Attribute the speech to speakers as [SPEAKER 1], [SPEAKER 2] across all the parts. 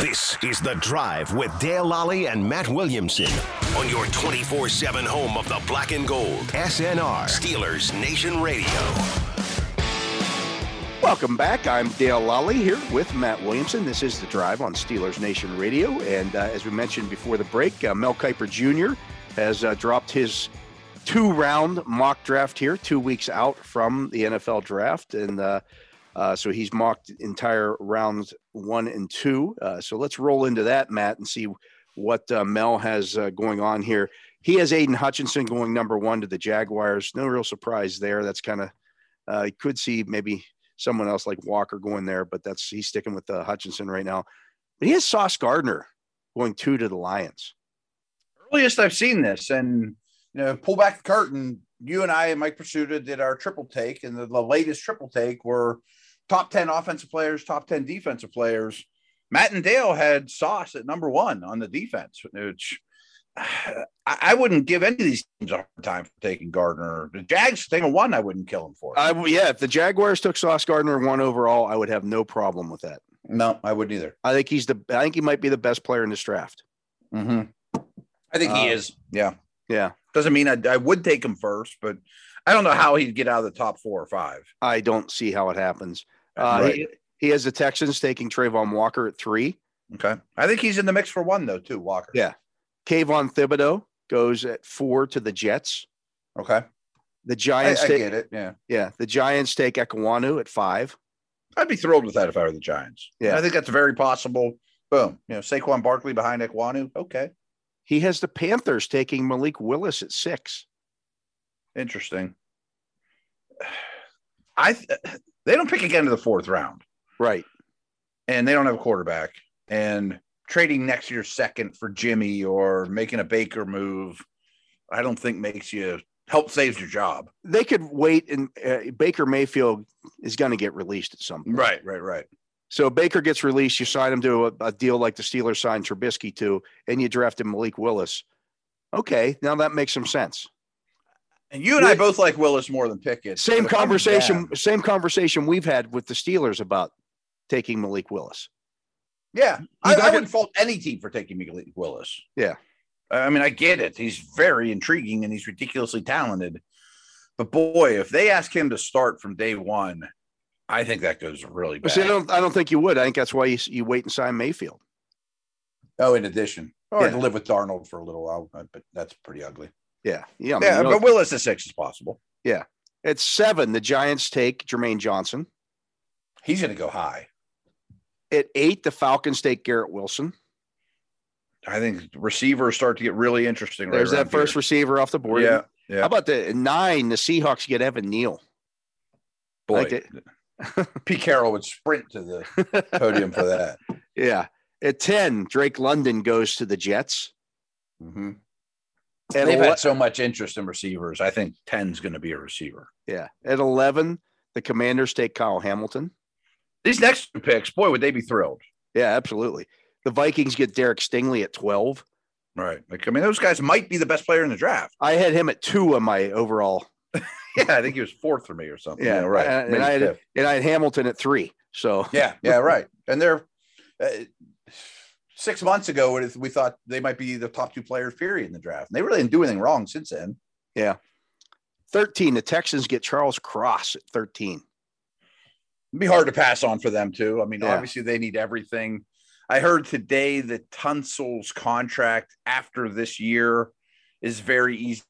[SPEAKER 1] This is The Drive with Dale Lally and Matt Williamson on your 24 7 home of the black and gold. SNR, Steelers Nation Radio.
[SPEAKER 2] Welcome back. I'm Dale Lally here with Matt Williamson. This is The Drive on Steelers Nation Radio. And uh, as we mentioned before the break, uh, Mel Kiper Jr. has uh, dropped his two round mock draft here, two weeks out from the NFL draft. And uh, uh, so he's mocked entire rounds one and two. Uh, so let's roll into that, Matt, and see what uh, Mel has uh, going on here. He has Aiden Hutchinson going number one to the Jaguars. No real surprise there. That's kind of, uh, you could see maybe someone else like Walker going there, but that's, he's sticking with uh, Hutchinson right now. But he has Sauce Gardner going two to the Lions.
[SPEAKER 3] earliest I've seen this. And you know, pull back the curtain. You and I and Mike Pursuta did our triple take, and the, the latest triple take were top ten offensive players, top ten defensive players. Matt and Dale had Sauce at number one on the defense, which I, I wouldn't give any of these teams a hard time for taking Gardner. The Jags taking one, I wouldn't kill him for.
[SPEAKER 2] I, w- yeah, if the Jaguars took Sauce Gardner one overall, I would have no problem with that.
[SPEAKER 3] no, I wouldn't either.
[SPEAKER 2] I think he's the, I think he might be the best player in this draft.
[SPEAKER 3] Mm-hmm.
[SPEAKER 4] I think he
[SPEAKER 3] Uh,
[SPEAKER 4] is.
[SPEAKER 3] Yeah,
[SPEAKER 2] Yeah.
[SPEAKER 3] doesn't mean I, I would take him first, but I don't know how he'd get out of the top four or five.
[SPEAKER 2] I don't see how it happens. Uh,
[SPEAKER 3] Right.
[SPEAKER 2] he, he has the Texans taking Trayvon Walker at three.
[SPEAKER 3] Okay, I think he's in the mix for one though too. Walker.
[SPEAKER 2] Yeah. Kayvon Thibodeau goes at four to the Jets.
[SPEAKER 3] Okay.
[SPEAKER 2] The
[SPEAKER 3] I,
[SPEAKER 2] Giants
[SPEAKER 3] I
[SPEAKER 2] take
[SPEAKER 3] get it. Yeah.
[SPEAKER 2] yeah, the Giants take Ekawanu at five.
[SPEAKER 3] I'd be thrilled with that if I were the Giants.
[SPEAKER 2] Yeah.
[SPEAKER 3] I think that's very possible. Boom. You know, Saquon Barkley behind Ekwanu. Okay.
[SPEAKER 2] He has the Panthers taking Malik Willis at six.
[SPEAKER 3] Interesting. I th- they don't pick again to the fourth round
[SPEAKER 2] Right.
[SPEAKER 3] and they don't have a quarterback. And trading next year's second for Jimmy or making a Baker move, I don't think makes you help saves your job.
[SPEAKER 2] They could wait, and uh, Baker Mayfield is going to get released at some point.
[SPEAKER 3] Right. Right.
[SPEAKER 2] So Baker gets released. You sign him to a, a deal like the Steelers signed Trubisky to, and you drafted Malik Willis. Okay, now that makes some sense.
[SPEAKER 3] And you and I both like Willis more than Pickett.
[SPEAKER 2] Same
[SPEAKER 3] But if I'm
[SPEAKER 2] conversation,
[SPEAKER 3] them-
[SPEAKER 2] same conversation we've had with the Steelers about taking Malik Willis.
[SPEAKER 3] Yeah, I,
[SPEAKER 2] not
[SPEAKER 3] I
[SPEAKER 2] gonna-
[SPEAKER 3] wouldn't fault any team for taking Malik Willis.
[SPEAKER 2] Yeah.
[SPEAKER 3] I I mean, I get it. He's very intriguing and he's ridiculously talented. But boy, if they ask him to start from day one, I think that goes really
[SPEAKER 2] See, I
[SPEAKER 3] bad.
[SPEAKER 2] don't, I don't think you would. I think that's why you, you wait and sign Mayfield.
[SPEAKER 3] Oh, in addition, or
[SPEAKER 2] Oh, Yeah.
[SPEAKER 3] to live with Darnold for a little while, uh, but that's pretty ugly.
[SPEAKER 2] Yeah, yeah, I mean,
[SPEAKER 3] yeah,
[SPEAKER 2] you know,
[SPEAKER 3] but Willis at six is possible.
[SPEAKER 2] at seven, the Giants take Jermaine Johnson.
[SPEAKER 3] He's going to go high.
[SPEAKER 2] At eight, the Falcons take Garrett Wilson.
[SPEAKER 3] I think receivers start to get really interesting.
[SPEAKER 2] There's
[SPEAKER 3] right
[SPEAKER 2] that first receiver off the board.
[SPEAKER 3] board. Yeah,
[SPEAKER 2] How
[SPEAKER 3] yeah.
[SPEAKER 2] about the nine? The Seahawks get Evan Neal.
[SPEAKER 3] Boy,
[SPEAKER 2] like it.
[SPEAKER 3] Pete Carroll would sprint to the podium for that.
[SPEAKER 2] Yeah. At ten, Drake London goes to the Jets.
[SPEAKER 3] hmm
[SPEAKER 2] At
[SPEAKER 3] They've
[SPEAKER 2] ele-
[SPEAKER 3] had so much interest in receivers. I think 10's going to be a receiver.
[SPEAKER 2] yeah. At eleven, the Commanders take Kyle Hamilton.
[SPEAKER 3] These next two picks, boy, would they be thrilled.
[SPEAKER 2] Yeah, absolutely. The Vikings get Derek Stingley at 12.
[SPEAKER 3] Right. Like, I mean, those guys might be the best player in the draft.
[SPEAKER 2] I had him at two on my overall,
[SPEAKER 3] Yeah. I think he was fourth for me or something.
[SPEAKER 2] Yeah,
[SPEAKER 3] right.
[SPEAKER 2] and- and
[SPEAKER 3] Maybe
[SPEAKER 2] I had-
[SPEAKER 3] fifth.
[SPEAKER 2] and I had Hamilton at three. So,
[SPEAKER 3] yeah. Yeah. Right. And they're uh, six months ago, we- we thought they might be the top two players, period, in the draft. And they really didn't do anything wrong since then.
[SPEAKER 2] 13, the Texans get Charles Cross at 13.
[SPEAKER 3] It'd be hard to pass on for them, too. I mean,
[SPEAKER 2] Yeah.
[SPEAKER 3] obviously, they need everything. I heard today that Tunsil's contract after this year is very easy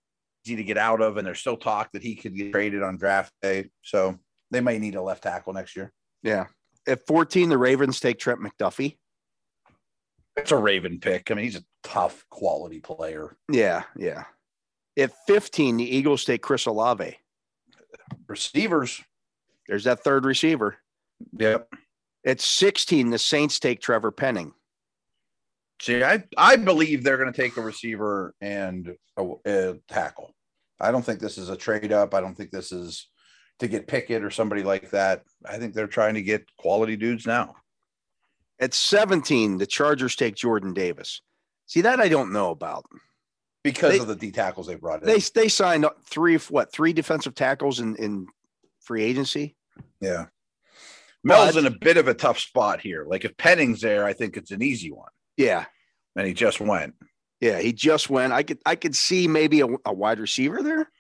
[SPEAKER 3] to get out of, and there's still talk that he could get traded on draft day. So they may need a left tackle next year.
[SPEAKER 2] Yeah. At 14, the Ravens take Trent McDuffie.
[SPEAKER 3] It's a Raven pick. I mean, he's a tough quality player.
[SPEAKER 2] Yeah. Yeah. At 15, the Eagles take Chris Olave.
[SPEAKER 3] Receivers.
[SPEAKER 2] There's that third receiver.
[SPEAKER 3] Yep.
[SPEAKER 2] At 16, the Saints take Trevor Penning.
[SPEAKER 3] See, I, I believe they're going to take a receiver and a, a tackle. I don't think this is a trade up. I don't think this is to get Pickett or somebody like that. I think they're trying to get quality dudes now.
[SPEAKER 2] At 17, the Chargers take Jordan Davis. See, that I don't know about.
[SPEAKER 3] because
[SPEAKER 2] They-
[SPEAKER 3] of the D tackles they brought in.
[SPEAKER 2] they they signed up three what three defensive tackles in in free agency.
[SPEAKER 3] yeah. Mel's
[SPEAKER 2] But-
[SPEAKER 3] in a bit of a tough spot here. Like if Penning's there, I think it's an easy one.
[SPEAKER 2] Yeah,
[SPEAKER 3] And he just went.
[SPEAKER 2] yeah, he just went. I could I could see maybe a, a wide receiver there.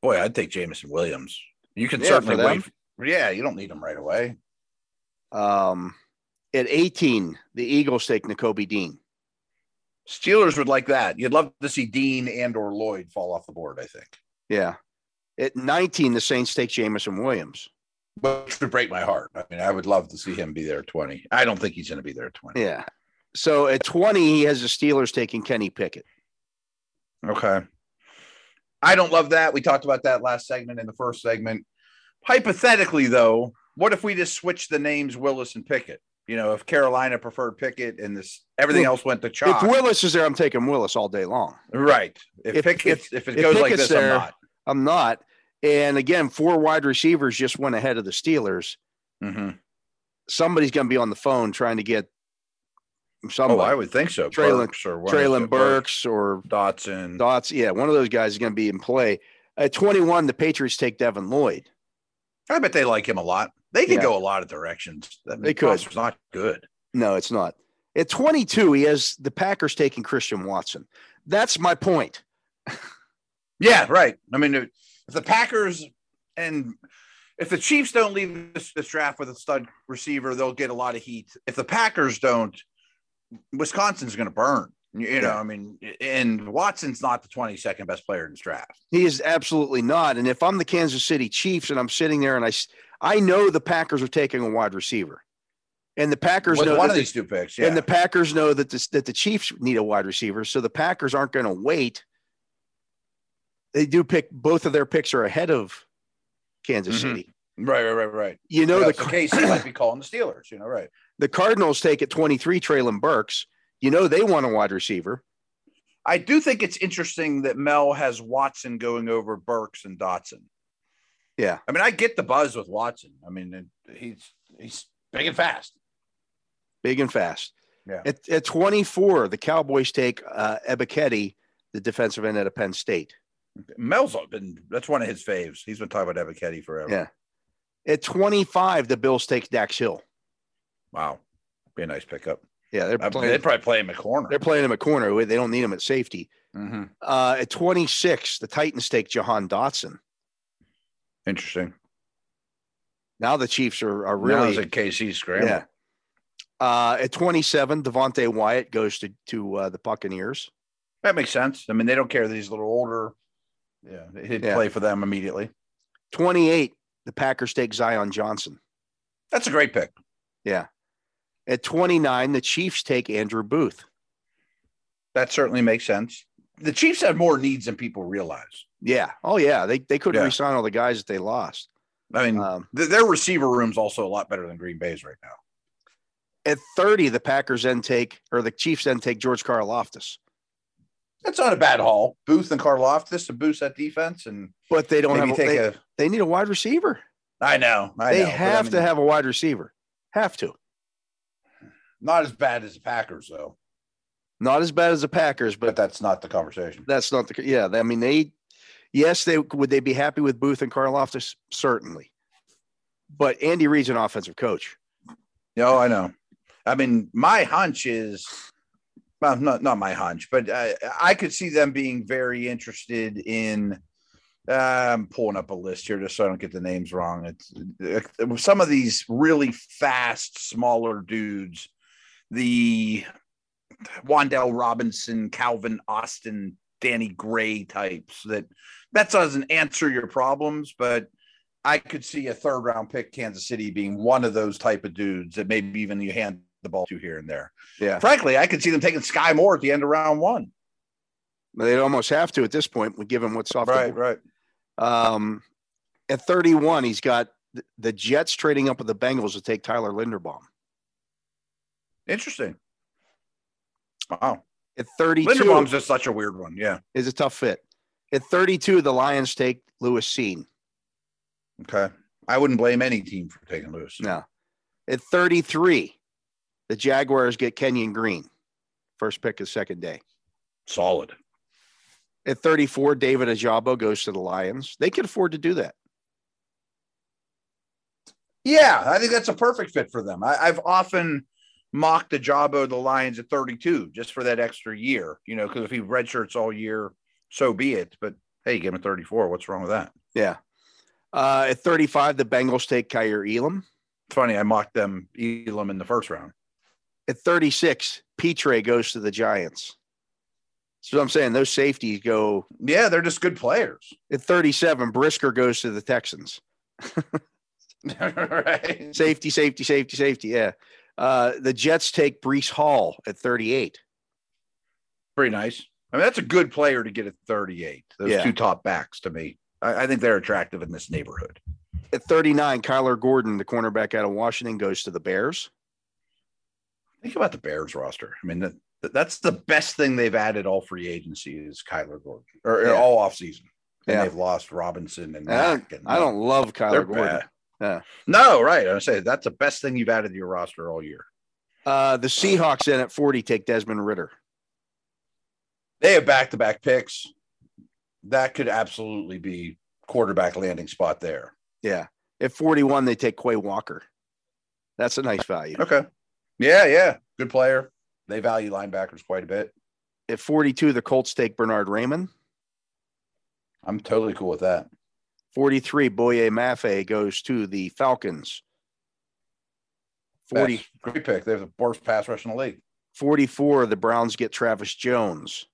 [SPEAKER 3] Boy, I'd take Jamison Williams. You can
[SPEAKER 2] Yeah,
[SPEAKER 3] certainly
[SPEAKER 2] for them.
[SPEAKER 3] wait. Yeah, you don't need him right away.
[SPEAKER 2] Um, at 18, the Eagles take N'Kobe Dean.
[SPEAKER 3] Steelers would like that. You'd love to see Dean and or Lloyd fall off the board, I think.
[SPEAKER 2] Yeah. At 19, the Saints take Jamison Williams.
[SPEAKER 3] Which would break my heart. I mean, I would love to see him be there at 20. I don't think he's going to be there at 20.
[SPEAKER 2] Yeah. So at 20, he has the Steelers taking Kenny Pickett.
[SPEAKER 3] Okay. I don't love that. We talked about that last segment in the first segment. Hypothetically, though, what if we just switched the names Willis and Pickett? You know, if Carolina preferred Pickett and this everything
[SPEAKER 2] Well,
[SPEAKER 3] else went to Chalk,
[SPEAKER 2] If Willis is there, I'm taking Willis all day long.
[SPEAKER 3] right? If,
[SPEAKER 2] if-
[SPEAKER 3] Pickett, if, it
[SPEAKER 2] if
[SPEAKER 3] goes like
[SPEAKER 2] Pickett's
[SPEAKER 3] this,
[SPEAKER 2] there-
[SPEAKER 3] I'm not.
[SPEAKER 2] I'm not. And again, four wide receivers just went ahead of the Steelers.
[SPEAKER 3] Mhm.
[SPEAKER 2] Somebody's going to be on the phone trying to get
[SPEAKER 3] Oh,
[SPEAKER 2] somebody,
[SPEAKER 3] I would think so.
[SPEAKER 2] Traylon-
[SPEAKER 3] Burks or one of the-
[SPEAKER 2] Traylon Burks or
[SPEAKER 3] Dotson.
[SPEAKER 2] Dots. Yeah, one of those guys is going to be in play. At 21, the Patriots take Devin Lloyd.
[SPEAKER 3] I bet they like him a lot. They could
[SPEAKER 2] Yeah.
[SPEAKER 3] go a lot of directions. That
[SPEAKER 2] They could.
[SPEAKER 3] It's not good.
[SPEAKER 2] No, it's not. At 22, he has the Packers taking Christian Watson. That's my point.
[SPEAKER 3] Yeah, right. I mean, if the Packers and if the Chiefs don't leave this, this draft with a stud receiver, they'll get a lot of heat. If the Packers don't, Wisconsin's going to burn. You, you know,
[SPEAKER 2] Yeah.
[SPEAKER 3] I mean, and Watson's not the 22nd best player in this draft.
[SPEAKER 2] He is absolutely not. And if I'm the Kansas City Chiefs and I'm sitting there and I, s- I know the Packers are taking a wide receiver, and the Packers
[SPEAKER 3] With
[SPEAKER 2] know
[SPEAKER 3] one
[SPEAKER 2] that
[SPEAKER 3] of
[SPEAKER 2] the-
[SPEAKER 3] these two picks. Yeah.
[SPEAKER 2] and the Packers know that this, that the Chiefs need a wide receiver, so the Packers aren't going to wait. They do pick both of their picks are ahead of Kansas
[SPEAKER 3] Mhm.
[SPEAKER 2] City.
[SPEAKER 3] right, right, right, right.
[SPEAKER 2] You know
[SPEAKER 3] No,
[SPEAKER 2] the
[SPEAKER 3] the case might be calling the Steelers, you know, right.
[SPEAKER 2] the Cardinals take at 23 Traylon Burks. You know they want a wide receiver.
[SPEAKER 3] I do think it's interesting that Mel has Watson going over Burks and Dotson.
[SPEAKER 2] Yeah.
[SPEAKER 3] I mean, I get the buzz with Watson. I mean, it- he's he's big and fast.
[SPEAKER 2] big and fast.
[SPEAKER 3] Yeah.
[SPEAKER 2] At, at 24, the Cowboys take uh, Ebiketti, the defensive end out of Penn State.
[SPEAKER 3] Mel's been that's one of his faves. He's been talking about Evacetti forever.
[SPEAKER 2] Yeah. At 25, the Bills take Dax Hill.
[SPEAKER 3] Wow. Be a nice pickup.
[SPEAKER 2] Yeah, they're
[SPEAKER 3] I mean,
[SPEAKER 2] playing.
[SPEAKER 3] they'd probably play him a corner.
[SPEAKER 2] They're playing him at corner. They don't need him at safety.
[SPEAKER 3] hmm
[SPEAKER 2] Uh, at 26, the Titans take Jahan Dotson.
[SPEAKER 3] Interesting.
[SPEAKER 2] Now the Chiefs are, are
[SPEAKER 3] Really?
[SPEAKER 2] really
[SPEAKER 3] Now's a KC scramble.
[SPEAKER 2] yeah. Uh, at 27, Devontae Wyatt goes to to uh, the Buccaneers.
[SPEAKER 3] That makes sense. I mean, they don't care that he's a little older. Yeah. He'd
[SPEAKER 2] Yeah.
[SPEAKER 3] play for them immediately.
[SPEAKER 2] 28, the Packers take Zion Johnson.
[SPEAKER 3] That's a great pick.
[SPEAKER 2] At 29, the Chiefs take Andrew Booth.
[SPEAKER 3] That certainly makes sense. The Chiefs have more needs than people realize.
[SPEAKER 2] Yeah. Oh, yeah. They they couldn't
[SPEAKER 3] Yeah.
[SPEAKER 2] resign all the guys that they lost.
[SPEAKER 3] I mean,
[SPEAKER 2] Um,
[SPEAKER 3] th- their receiver room's also a lot better than Green Bay's right now.
[SPEAKER 2] at 30, the Packers then take or the Chiefs then take George Karloftis,
[SPEAKER 3] That's not a bad haul. Booth and Karloftis to boost that defense and
[SPEAKER 2] but they don't
[SPEAKER 3] maybe
[SPEAKER 2] have.
[SPEAKER 3] take
[SPEAKER 2] They,
[SPEAKER 3] a.
[SPEAKER 2] they need a wide receiver.
[SPEAKER 3] I know. I
[SPEAKER 2] they
[SPEAKER 3] know, but I
[SPEAKER 2] have to
[SPEAKER 3] mean-
[SPEAKER 2] have a wide receiver. Have to.
[SPEAKER 3] Not as bad as the Packers, though.
[SPEAKER 2] Not as bad as the Packers,
[SPEAKER 3] But
[SPEAKER 2] but
[SPEAKER 3] that's not the conversation.
[SPEAKER 2] that's not the. Yeah, I mean they. Yes, they would they be happy with Booth and Karloftis certainly, but Andy Reid's an offensive coach.
[SPEAKER 3] No, oh, I know. I mean, my hunch is, well, not not my hunch, but I, I could see them being very interested in. Uh, I'm pulling up a list here just so I don't get the names wrong. It's uh, some of these really fast, smaller dudes, the Wandell Robinson, Calvin Austin, Danny Gray types. That that doesn't answer your problems, but I could see a third round pick, Kansas City, being one of those type of dudes that maybe even you hand the ball to here and there.
[SPEAKER 2] Yeah,
[SPEAKER 3] Frankly, I could see them taking Sky Moore at the end of round one.
[SPEAKER 2] but they'd almost have to at this point. We give him what's off the board.
[SPEAKER 3] right.
[SPEAKER 2] Um, at 31, he's got th- the Jets trading up with the Bengals to take Tyler Linderbaum.
[SPEAKER 3] Interesting. Wow.
[SPEAKER 2] At 32,
[SPEAKER 3] Linderbaum's just such a weird one. Yeah.
[SPEAKER 2] is a tough fit. At 32, the Lions take Lewis Seen.
[SPEAKER 3] Okay. I wouldn't blame any team for taking Lewis.
[SPEAKER 2] No. At 33, the Jaguars get Kenyon Green, first pick of second day.
[SPEAKER 3] Solid.
[SPEAKER 2] At 34, David Ajabo goes to the Lions. They can afford to do that.
[SPEAKER 3] Yeah, I think that's a perfect fit for them. I, I've often mocked the job of the Lions at 32 just for that extra year, you know, because if he redshirts all year, so be it. But hey, give him a 34. What's wrong with that?
[SPEAKER 2] Yeah. Uh, at 35, the Bengals take Kyir Elam.
[SPEAKER 3] Funny, I mocked them Elam in the first round.
[SPEAKER 2] At 36, Petre goes to the Giants. So I'm saying those safeties go
[SPEAKER 3] Yeah, they're just good players.
[SPEAKER 2] at 37. Brisker goes to the Texans.
[SPEAKER 3] right.
[SPEAKER 2] Safety, safety, safety, safety. Yeah. Uh, the Jets take Brees Hall at 38.
[SPEAKER 3] Pretty nice. I mean, that's a good player to get at 38. Those
[SPEAKER 2] Yeah.
[SPEAKER 3] two top backs to me. I, I think they're attractive in this neighborhood.
[SPEAKER 2] At 39, Kyler Gordon, the cornerback out of Washington, goes to the Bears.
[SPEAKER 3] Think about the Bears roster. I mean, that, that's the best thing they've added all free agency is Kyler Gordon or, or
[SPEAKER 2] Yeah.
[SPEAKER 3] all offseason. And
[SPEAKER 2] Yeah.
[SPEAKER 3] they've lost Robinson and
[SPEAKER 2] I don't,
[SPEAKER 3] Mack and
[SPEAKER 2] I don't love Kyler
[SPEAKER 3] They're
[SPEAKER 2] Gordon.
[SPEAKER 3] bad.
[SPEAKER 2] Yeah.
[SPEAKER 3] No, right. I say that's the best thing you've added to your roster all year.
[SPEAKER 2] Uh, the Seahawks then at 40 take Desmond Ritter.
[SPEAKER 3] They have back to back picks. That could absolutely be quarterback landing spot there.
[SPEAKER 2] Yeah. At 41, they take Quay Walker. That's a nice value.
[SPEAKER 3] Okay. Yeah, yeah. Good player. They value linebackers quite a bit.
[SPEAKER 2] At 42, the Colts take Bernard Raymond.
[SPEAKER 3] I'm totally cool with that.
[SPEAKER 2] 43, Boye Mafe goes to the Falcons. 40,
[SPEAKER 3] That's a great pick. They have the worst pass rush in the league.
[SPEAKER 2] 44, the Browns get Travis Jones.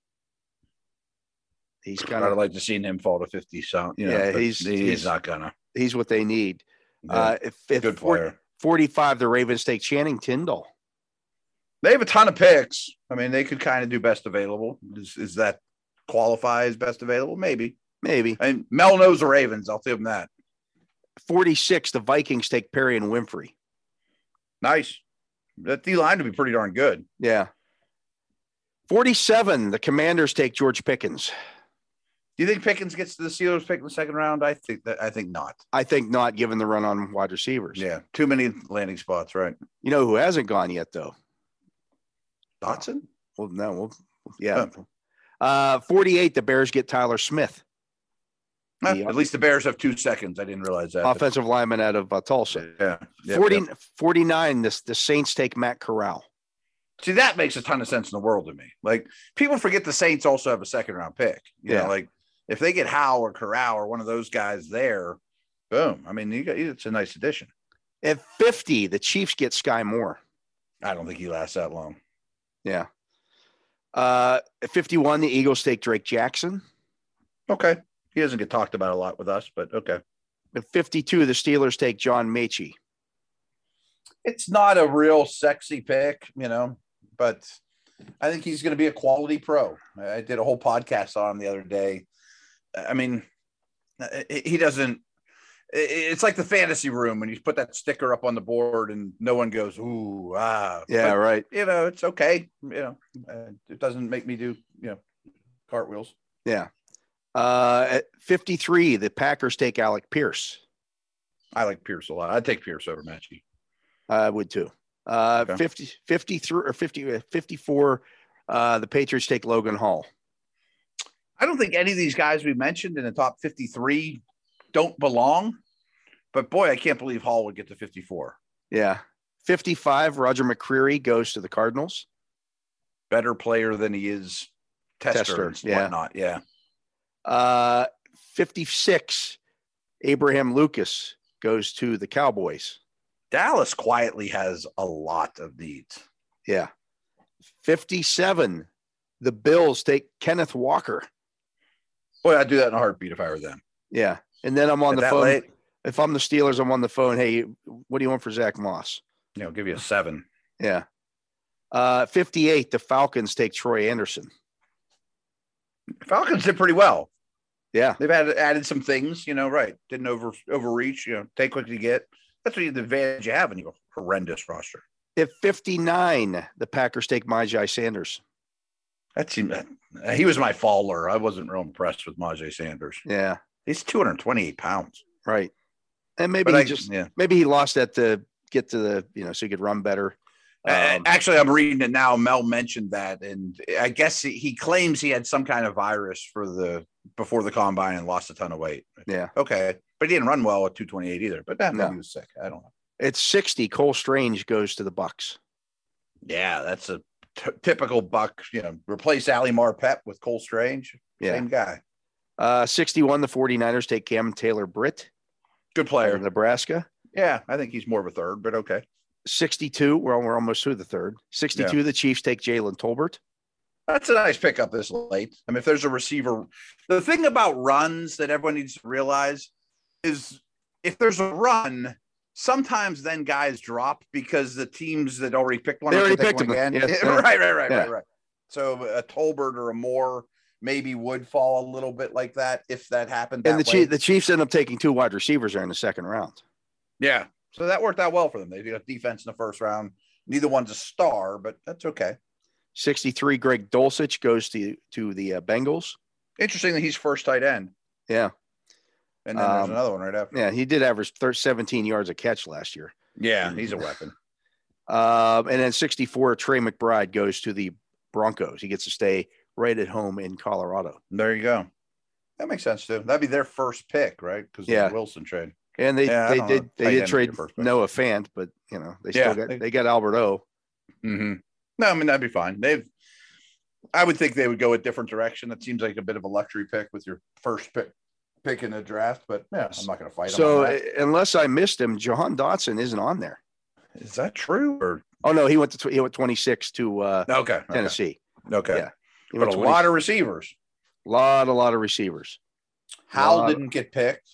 [SPEAKER 2] He's kind
[SPEAKER 3] I'd
[SPEAKER 2] of
[SPEAKER 3] like to see him fall to 50. So, you know,
[SPEAKER 2] Yeah,
[SPEAKER 3] but
[SPEAKER 2] he's-
[SPEAKER 3] he's,
[SPEAKER 2] he's-
[SPEAKER 3] not gonna.
[SPEAKER 2] he's what they need.
[SPEAKER 3] Yeah.
[SPEAKER 2] Uh, if, if
[SPEAKER 3] good
[SPEAKER 2] 40
[SPEAKER 3] player.
[SPEAKER 2] 45, the Ravens take Channing Tyndall.
[SPEAKER 3] They have a ton of picks. I mean, they could kind of do best available. Is, is that qualify as best available? Maybe.
[SPEAKER 2] Maybe
[SPEAKER 3] And Mel knows the Ravens. I'll give him that.
[SPEAKER 2] 46, the Vikings take Perry and Winfrey.
[SPEAKER 3] Nice. That D line would be pretty darn good.
[SPEAKER 2] Yeah. 47, the Commanders take George Pickens.
[SPEAKER 3] Do you think Pickens gets to the Steelers pick in the second round? I think that I think not.
[SPEAKER 2] I think not given the run on wide receivers.
[SPEAKER 3] Yeah. Too many landing spots, right?
[SPEAKER 2] You know who hasn't gone yet, though?
[SPEAKER 3] Dotson?
[SPEAKER 2] Well, no. Well, yeah. Uh, 48, the Bears get Tyler Smith,
[SPEAKER 3] Eh,
[SPEAKER 2] Yeah.
[SPEAKER 3] At least the Bears have two seconds. I didn't realize that.
[SPEAKER 2] offensive lineman out of uh, Tulsa.
[SPEAKER 3] Yeah. yeah,
[SPEAKER 2] 40,
[SPEAKER 3] yeah.
[SPEAKER 2] 49, the, the Saints take Matt Corral.
[SPEAKER 3] See, that makes a ton of sense in the world to me. Like people forget the Saints also have a second round pick. You
[SPEAKER 2] Yeah.
[SPEAKER 3] know, like if they get Howe or Corral or one of those guys there, boom. I mean, you got, it's a nice addition.
[SPEAKER 2] At 50, the Chiefs get Sky Moore.
[SPEAKER 3] I don't think he lasts that long.
[SPEAKER 2] Yeah. Uh, at 51, the Eagles take Drake Jackson.
[SPEAKER 3] Okay. He doesn't get talked about a lot with us, but okay.
[SPEAKER 2] At 52, the Steelers take John Mechie.
[SPEAKER 3] it's not a real sexy pick, you know, but I think he's going to be a quality pro. I did a whole podcast on him the other day. I mean, uh, he he doesn't. it- It's like the fantasy room when you put that sticker up on the board and no one goes, "Ooh, ah."
[SPEAKER 2] Yeah,
[SPEAKER 3] But,
[SPEAKER 2] right.
[SPEAKER 3] you know, it's okay. You know, uh, it doesn't make me do you know cartwheels.
[SPEAKER 2] Yeah. Uh, at 53, the Packers take Alec Pierce.
[SPEAKER 3] I like Pierce a lot. I take Pierce over Matchy.
[SPEAKER 2] I would too. Uh,
[SPEAKER 3] Okay.
[SPEAKER 2] 50, 53 or 50, uh, 54, uh, the Patriots take Logan Hall.
[SPEAKER 3] I don't think any of these guys we mentioned in the top 53 don't belong. But boy, I can't believe Hall would get to 54.
[SPEAKER 2] Yeah. 55, Roger McCreary goes to the Cardinals.
[SPEAKER 3] Better player than he is tester,
[SPEAKER 2] Tester,
[SPEAKER 3] and
[SPEAKER 2] yeah.
[SPEAKER 3] whatnot. Yeah.
[SPEAKER 2] Uh, 56, Abraham Lucas goes to the Cowboys.
[SPEAKER 3] Dallas quietly has a lot of needs.
[SPEAKER 2] Yeah. 57, the Bills take Kenneth Walker.
[SPEAKER 3] Boy, I'd do that in a heartbeat if I were them.
[SPEAKER 2] Yeah. And then I'm on
[SPEAKER 3] At
[SPEAKER 2] the
[SPEAKER 3] that
[SPEAKER 2] phone.
[SPEAKER 3] late,
[SPEAKER 2] If I'm the Steelers, I'm on the phone. Hey, what do you want for Zach Moss?
[SPEAKER 3] you know, give you a seven.
[SPEAKER 2] Yeah. Uh, 58, the Falcons take Troy Anderson.
[SPEAKER 3] Falcons did pretty well.
[SPEAKER 2] Yeah.
[SPEAKER 3] They've added, added some things, you know, right. Didn't over overreach, you know, take what you get. That's what you- the advantage you have in your horrendous roster.
[SPEAKER 2] At 59, the Packers take Majai Sanders.
[SPEAKER 3] That seemed he was my faller. I wasn't real impressed with Majay Sanders.
[SPEAKER 2] Yeah,
[SPEAKER 3] He's 228 pounds.
[SPEAKER 2] right. And maybe
[SPEAKER 3] But
[SPEAKER 2] he
[SPEAKER 3] I
[SPEAKER 2] just
[SPEAKER 3] just yeah.
[SPEAKER 2] maybe he lost that to get to the you know so he could run better.
[SPEAKER 3] A-
[SPEAKER 2] Um,
[SPEAKER 3] uh, Actually, I'm reading it now. Mel mentioned that, and I guess he, he claims he had some kind of virus for the before the combine and lost a ton of weight.
[SPEAKER 2] Yeah.
[SPEAKER 3] Okay, but he didn't run well at 228 either. But that
[SPEAKER 2] No.
[SPEAKER 3] he was sick. I don't know.
[SPEAKER 2] At 60, Cole Strange goes to the Bucks.
[SPEAKER 3] Yeah, that's a t- typical buck. You know, replace Ali Marpet with Cole Strange.
[SPEAKER 2] Yeah.
[SPEAKER 3] Same guy.
[SPEAKER 2] Uh, 61, the 49ers take Cam Taylor Britt
[SPEAKER 3] Good
[SPEAKER 2] out
[SPEAKER 3] player.
[SPEAKER 2] of Nebraska.
[SPEAKER 3] Yeah, I think he's more of a third, but okay.
[SPEAKER 2] 62, well, we're almost through the third. 62, the Chiefs take Jalen Tolbert.
[SPEAKER 3] That's a nice pickup this late. I mean, if there's a receiver, the thing about runs that everyone needs to realize is if there's a run, sometimes then guys drop because the teams that already picked one
[SPEAKER 2] They
[SPEAKER 3] up
[SPEAKER 2] already
[SPEAKER 3] can take
[SPEAKER 2] picked
[SPEAKER 3] one
[SPEAKER 2] them.
[SPEAKER 3] again.
[SPEAKER 2] Yeah, yeah.
[SPEAKER 3] right, right, right,
[SPEAKER 2] Yeah.
[SPEAKER 3] right, right. So a Tolbert or a Moore maybe would fall a little bit like that if that happened.
[SPEAKER 2] And the,
[SPEAKER 3] that
[SPEAKER 2] Chie-
[SPEAKER 3] way.
[SPEAKER 2] the Chiefs end up taking two wide receivers there in the second round.
[SPEAKER 3] yeah, so that worked out well for them. They got defense in the first round. Neither one's a star, but that's okay.
[SPEAKER 2] 63, Greg Dulcich goes to, to the uh, Bengals.
[SPEAKER 3] Interesting that he's first tight end,
[SPEAKER 2] Yeah.
[SPEAKER 3] and then there's
[SPEAKER 2] Um,
[SPEAKER 3] another one right after.
[SPEAKER 2] Yeah. He did average thir- 17 yards a catch last year.
[SPEAKER 3] Yeah, he's a weapon.
[SPEAKER 2] Um, and then 64, Trey McBride goes to the Broncos. He gets to stay right at home in Colorado.
[SPEAKER 3] There you go. That makes sense too. That'd be their first pick, right? Because
[SPEAKER 2] Yeah.
[SPEAKER 3] the Wilson trade.
[SPEAKER 2] And they,
[SPEAKER 3] Yeah, I
[SPEAKER 2] they
[SPEAKER 3] don't know.
[SPEAKER 2] did
[SPEAKER 3] Tight
[SPEAKER 2] they did
[SPEAKER 3] end is
[SPEAKER 2] trade
[SPEAKER 3] your first pick.
[SPEAKER 2] Noah Fant, but you know they
[SPEAKER 3] Yeah,
[SPEAKER 2] still
[SPEAKER 3] they-
[SPEAKER 2] got they got Albert O.
[SPEAKER 3] Mm-hmm. No, I mean that'd be fine. They've. I would think they would go a different direction. That seems like a bit of a luxury pick with your first pick pick in the draft, but yeah, I'm not going to fight. 'em
[SPEAKER 2] So
[SPEAKER 3] on
[SPEAKER 2] uh,
[SPEAKER 3] that.
[SPEAKER 2] unless I missed him, Jahan Dotson isn't on there.
[SPEAKER 3] is that true or
[SPEAKER 2] Oh no, he went to tw- he went 26 to uh,
[SPEAKER 3] okay? Okay,
[SPEAKER 2] Tennessee.
[SPEAKER 3] okay.
[SPEAKER 2] Yeah. He
[SPEAKER 3] but
[SPEAKER 2] went
[SPEAKER 3] a
[SPEAKER 2] 20
[SPEAKER 3] lot of receivers.
[SPEAKER 2] lot a lot of receivers.
[SPEAKER 3] Hal
[SPEAKER 2] Lot of-
[SPEAKER 3] didn't get picked.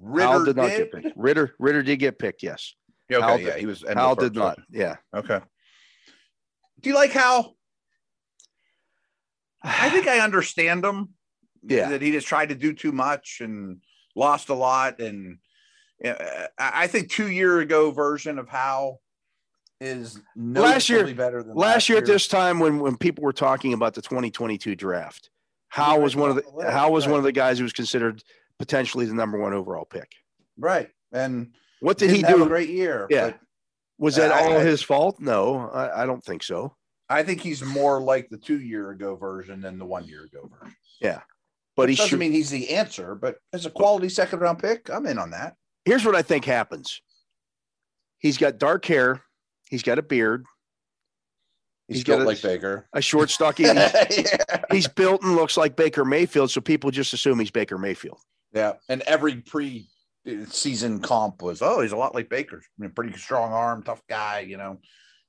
[SPEAKER 3] Ritter
[SPEAKER 2] Hal
[SPEAKER 3] did
[SPEAKER 2] did not get picked. Ritter Ritter did get picked. Yes,
[SPEAKER 3] Yeah, Okay,
[SPEAKER 2] Hal
[SPEAKER 3] yeah, he was. end of
[SPEAKER 2] Hal
[SPEAKER 3] first,
[SPEAKER 2] did not. Yeah,
[SPEAKER 3] Okay. Do you like Hal? I think I understand him.
[SPEAKER 2] Yeah.
[SPEAKER 3] That he just tried to do too much and lost a lot. And uh, I I think two year ago version of how is
[SPEAKER 2] Last year-
[SPEAKER 3] noticeably better than
[SPEAKER 2] last year at this time when when people were talking about the 2022 draft, Hal
[SPEAKER 3] right
[SPEAKER 2] was one of
[SPEAKER 3] down the
[SPEAKER 2] the
[SPEAKER 3] list,
[SPEAKER 2] Hal was
[SPEAKER 3] right.
[SPEAKER 2] one of the guys who was considered potentially the number one overall pick.
[SPEAKER 3] Right. And
[SPEAKER 2] What did he
[SPEAKER 3] didn't have
[SPEAKER 2] do?
[SPEAKER 3] a great year?
[SPEAKER 2] Yeah.
[SPEAKER 3] but
[SPEAKER 2] Was that
[SPEAKER 3] I-
[SPEAKER 2] all
[SPEAKER 3] I-
[SPEAKER 2] his fault? No, I, I don't think so.
[SPEAKER 3] I think he's more like the two year ago version than the one year ago version.
[SPEAKER 2] But he
[SPEAKER 3] Doesn't
[SPEAKER 2] should.
[SPEAKER 3] mean he's the answer, but as a quality second round pick, I'm in on that.
[SPEAKER 2] Here's what I think happens. He's got dark hair. He's got a beard,
[SPEAKER 3] He's,
[SPEAKER 2] He's got
[SPEAKER 3] built
[SPEAKER 2] a-
[SPEAKER 3] like Baker.
[SPEAKER 2] a short, stocky. he's,
[SPEAKER 3] yeah.
[SPEAKER 2] he's built and looks like Baker Mayfield, so people just assume he's Baker Mayfield.
[SPEAKER 3] Yeah, and every pre-season comp was, oh, he's a lot like Baker, I mean, pretty strong arm, tough guy, you know,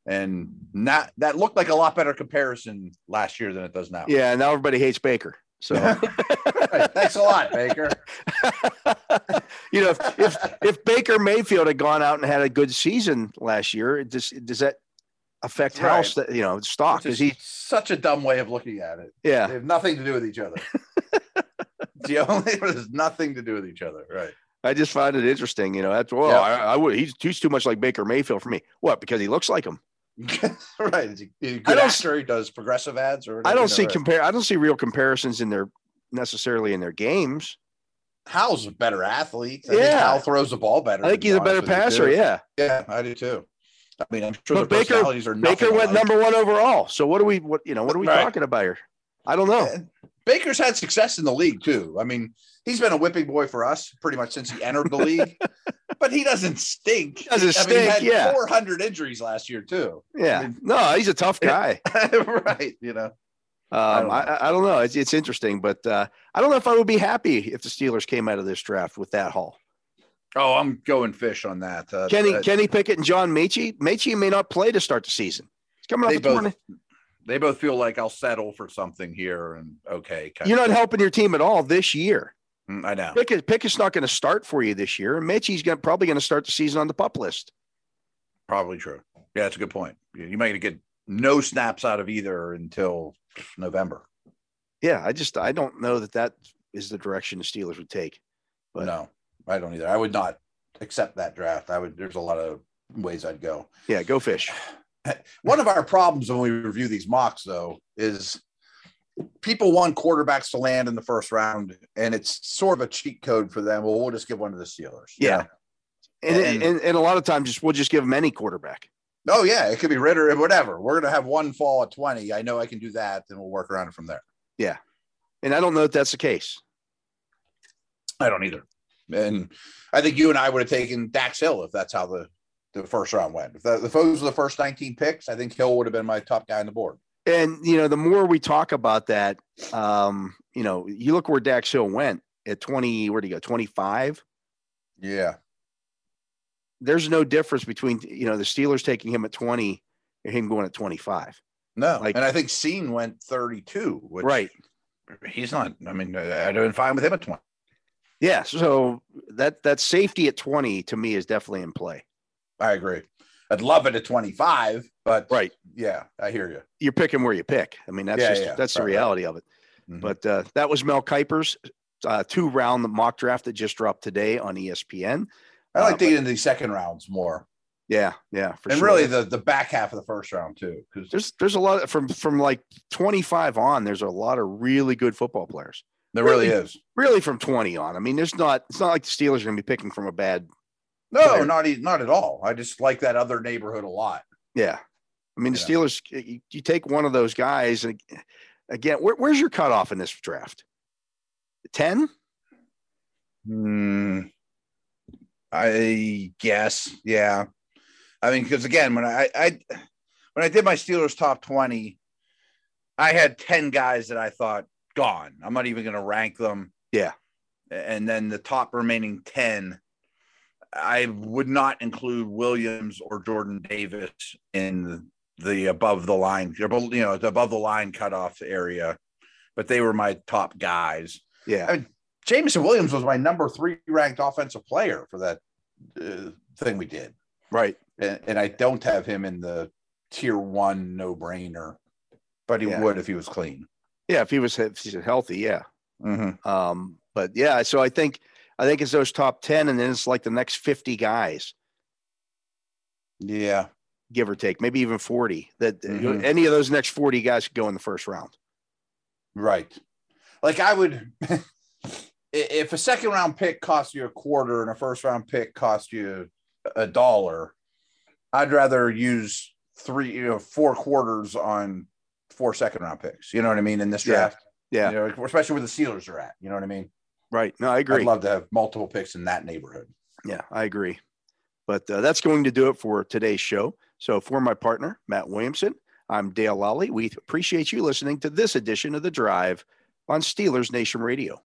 [SPEAKER 3] and not that looked like a lot better comparison last year than it does now.
[SPEAKER 2] Yeah, now everybody hates Baker. So
[SPEAKER 3] Right, thanks a lot, Baker.
[SPEAKER 2] you know, if, if if Baker Mayfield had gone out and had a good season last year, it does does that affect
[SPEAKER 3] Right.
[SPEAKER 2] house that you know stock?
[SPEAKER 3] Which is
[SPEAKER 2] Is he?
[SPEAKER 3] such a dumb way of looking at it. They
[SPEAKER 2] Yeah.
[SPEAKER 3] have nothing to do with each other. It's the only there's nothing to do with each other, right?
[SPEAKER 2] I just find it interesting. You know, that's well,
[SPEAKER 3] Yeah.
[SPEAKER 2] I, I would. He's, he's too much like Baker Mayfield for me. What? Because he looks like him.
[SPEAKER 3] right. Is he, is he a
[SPEAKER 2] I
[SPEAKER 3] good
[SPEAKER 2] don't-
[SPEAKER 3] actor? He does progressive ads,
[SPEAKER 2] I
[SPEAKER 3] or whatever, you know,
[SPEAKER 2] don't see
[SPEAKER 3] right?
[SPEAKER 2] compare. I don't see real comparisons in their necessarily in their games.
[SPEAKER 3] Hal's a better athlete. I think
[SPEAKER 2] Yeah.
[SPEAKER 3] Hal throws the ball better.
[SPEAKER 2] I think
[SPEAKER 3] to be
[SPEAKER 2] he's a
[SPEAKER 3] honest
[SPEAKER 2] better
[SPEAKER 3] with you,
[SPEAKER 2] passer.
[SPEAKER 3] too.
[SPEAKER 2] Yeah.
[SPEAKER 3] Yeah, I do too. I mean, I'm sure
[SPEAKER 2] But
[SPEAKER 3] their
[SPEAKER 2] Baker-
[SPEAKER 3] personalities are nothing
[SPEAKER 2] Baker went
[SPEAKER 3] alike.
[SPEAKER 2] number one overall. So what are we? What you know? What are we
[SPEAKER 3] Right.
[SPEAKER 2] talking about here? I don't know.
[SPEAKER 3] And Baker's had success in the league too. I mean, he's been a whipping boy for us pretty much since he entered the league. but he doesn't stink.
[SPEAKER 2] Doesn't
[SPEAKER 3] I mean,
[SPEAKER 2] stink,
[SPEAKER 3] he had
[SPEAKER 2] yeah.
[SPEAKER 3] 400 injuries last year too. I
[SPEAKER 2] Yeah.
[SPEAKER 3] mean-
[SPEAKER 2] No, he's a tough guy.
[SPEAKER 3] right, you know. I
[SPEAKER 2] Um,
[SPEAKER 3] don't
[SPEAKER 2] I, I, I don't know. It's, it's interesting, but uh, I don't know if I would be happy if the Steelers came out of this draft with that haul.
[SPEAKER 3] Oh, I'm going fish on that. Uh,
[SPEAKER 2] Kenny
[SPEAKER 3] uh,
[SPEAKER 2] Kenny Pickett and John Mechie. Mechie may not play to start the season. He's coming off
[SPEAKER 3] They
[SPEAKER 2] the
[SPEAKER 3] both-
[SPEAKER 2] torn.
[SPEAKER 3] they both feel like I'll settle for something here and okay. kind
[SPEAKER 2] You're
[SPEAKER 3] of-
[SPEAKER 2] not helping your team at all this year.
[SPEAKER 3] Mm, I know.
[SPEAKER 2] Pickett, Pickett's not going to start for you this year, and Mechie's gonna, probably going to start the season on the pup list.
[SPEAKER 3] Probably true. Yeah, that's a good point. You you might get no snaps out of either until November.
[SPEAKER 2] Yeah, I just I don't know that that is the direction the Steelers would take. But-
[SPEAKER 3] no, I don't either. I would not accept that draft. I would. There's a lot of ways I'd go.
[SPEAKER 2] Yeah, go fish.
[SPEAKER 3] One of our problems when we review these mocks, though, is people want quarterbacks to land in the first round, and it's sort of a cheat code for them. Well, we'll just give one to the Steelers. you
[SPEAKER 2] Yeah.
[SPEAKER 3] know?
[SPEAKER 2] And,
[SPEAKER 3] And-
[SPEAKER 2] and, and, a lot of times, just we'll just give them any quarterback.
[SPEAKER 3] Oh yeah, it could be Ritter and whatever. We're gonna have one fall at twenty. I know I can do that, and we'll work around it from there.
[SPEAKER 2] And I don't know if that's the case.
[SPEAKER 3] I don't either. And I think you and I would have taken Dax Hill if that's how the, the first round went. If, that, if those were the first 19 picks, I think Hill would have been my top guy on the board.
[SPEAKER 2] And you know, the more we talk about that, um, you know, you look where Dax Hill went at 20, where'd he go? 25.
[SPEAKER 3] Yeah.
[SPEAKER 2] There's no difference between you know the Steelers taking him at 20 and him going at 25.
[SPEAKER 3] No.
[SPEAKER 2] Like-
[SPEAKER 3] and I think Scene went 32, which
[SPEAKER 2] Right.
[SPEAKER 3] he's not. I mean, I'd have been fine with him at 20.
[SPEAKER 2] Yeah. So that that safety at 20 to me is definitely in play.
[SPEAKER 3] I agree. I'd love it at 25, but
[SPEAKER 2] Right.
[SPEAKER 3] yeah, I hear you.
[SPEAKER 2] You're picking where you pick. I mean, that's
[SPEAKER 3] Yeah,
[SPEAKER 2] just
[SPEAKER 3] yeah,
[SPEAKER 2] that's the
[SPEAKER 3] right, right.
[SPEAKER 2] reality of it.
[SPEAKER 3] Mhm.
[SPEAKER 2] But uh, that was Mel Kiper's uh, two round mock draft that just dropped today on E ESPN.
[SPEAKER 3] I like
[SPEAKER 2] Uh,
[SPEAKER 3] to get into the second rounds more.
[SPEAKER 2] Yeah, yeah, for
[SPEAKER 3] and
[SPEAKER 2] sure.
[SPEAKER 3] really the, the back half of the first round, too. Because
[SPEAKER 2] there's there's a lot of, from from like 25 on. There's a lot of really good football players.
[SPEAKER 3] there really is.
[SPEAKER 2] Really from 20 on. I mean, there's not it's not like the Steelers are going to be picking from a bad.
[SPEAKER 3] No,
[SPEAKER 2] player.
[SPEAKER 3] not, e- not at all. I just like that other neighborhood a lot.
[SPEAKER 2] Yeah, I mean the
[SPEAKER 3] Yeah.
[SPEAKER 2] Steelers. You, you take one of those guys, and again, where, where's your cutoff in this draft? Ten?
[SPEAKER 3] Hmm. I guess, yeah. I mean, because again, when I, I when I did my Steelers top twenty, I had ten guys that I thought gone. I'm not even going to rank them.
[SPEAKER 2] Yeah.
[SPEAKER 3] and then the top remaining ten, I would not include Williams or Jordan Davis in the above the line, you know, the above the line cutoff area, but they were my top guys.
[SPEAKER 2] Yeah,
[SPEAKER 3] Jameson Williams was my number three ranked offensive player for that uh, thing we did,
[SPEAKER 2] right.
[SPEAKER 3] and, and I don't have him in the tier one no brainer, but he
[SPEAKER 2] Yeah.
[SPEAKER 3] would if he was clean.
[SPEAKER 2] Yeah, if he was if he's healthy, yeah.
[SPEAKER 3] Mm-hmm.
[SPEAKER 2] Um, but yeah, so I think I think it's those top ten, and then it's like the next 50 guys,
[SPEAKER 3] Yeah,
[SPEAKER 2] give or take, maybe even 40. That
[SPEAKER 3] Mhm.
[SPEAKER 2] any of those next 40 guys could go in the first round.
[SPEAKER 3] right. Like I would, i- if a second round pick cost you a quarter and a first round pick cost you a dollar, I'd rather use three, you know, four quarters on four second round picks. You know what I mean in this
[SPEAKER 2] Yeah.
[SPEAKER 3] draft.
[SPEAKER 2] Yeah.
[SPEAKER 3] you know, especially where the Steelers are at. You know what I mean?
[SPEAKER 2] Right. No, I
[SPEAKER 3] I'd
[SPEAKER 2] agree.
[SPEAKER 3] love to have multiple picks in that neighborhood.
[SPEAKER 2] Yeah, I agree. But uh, that's going to do it for today's show. So, for my partner, Matt Williamson, I'm Dale Lally. We appreciate you listening to this edition of The Drive on Steelers Nation Radio.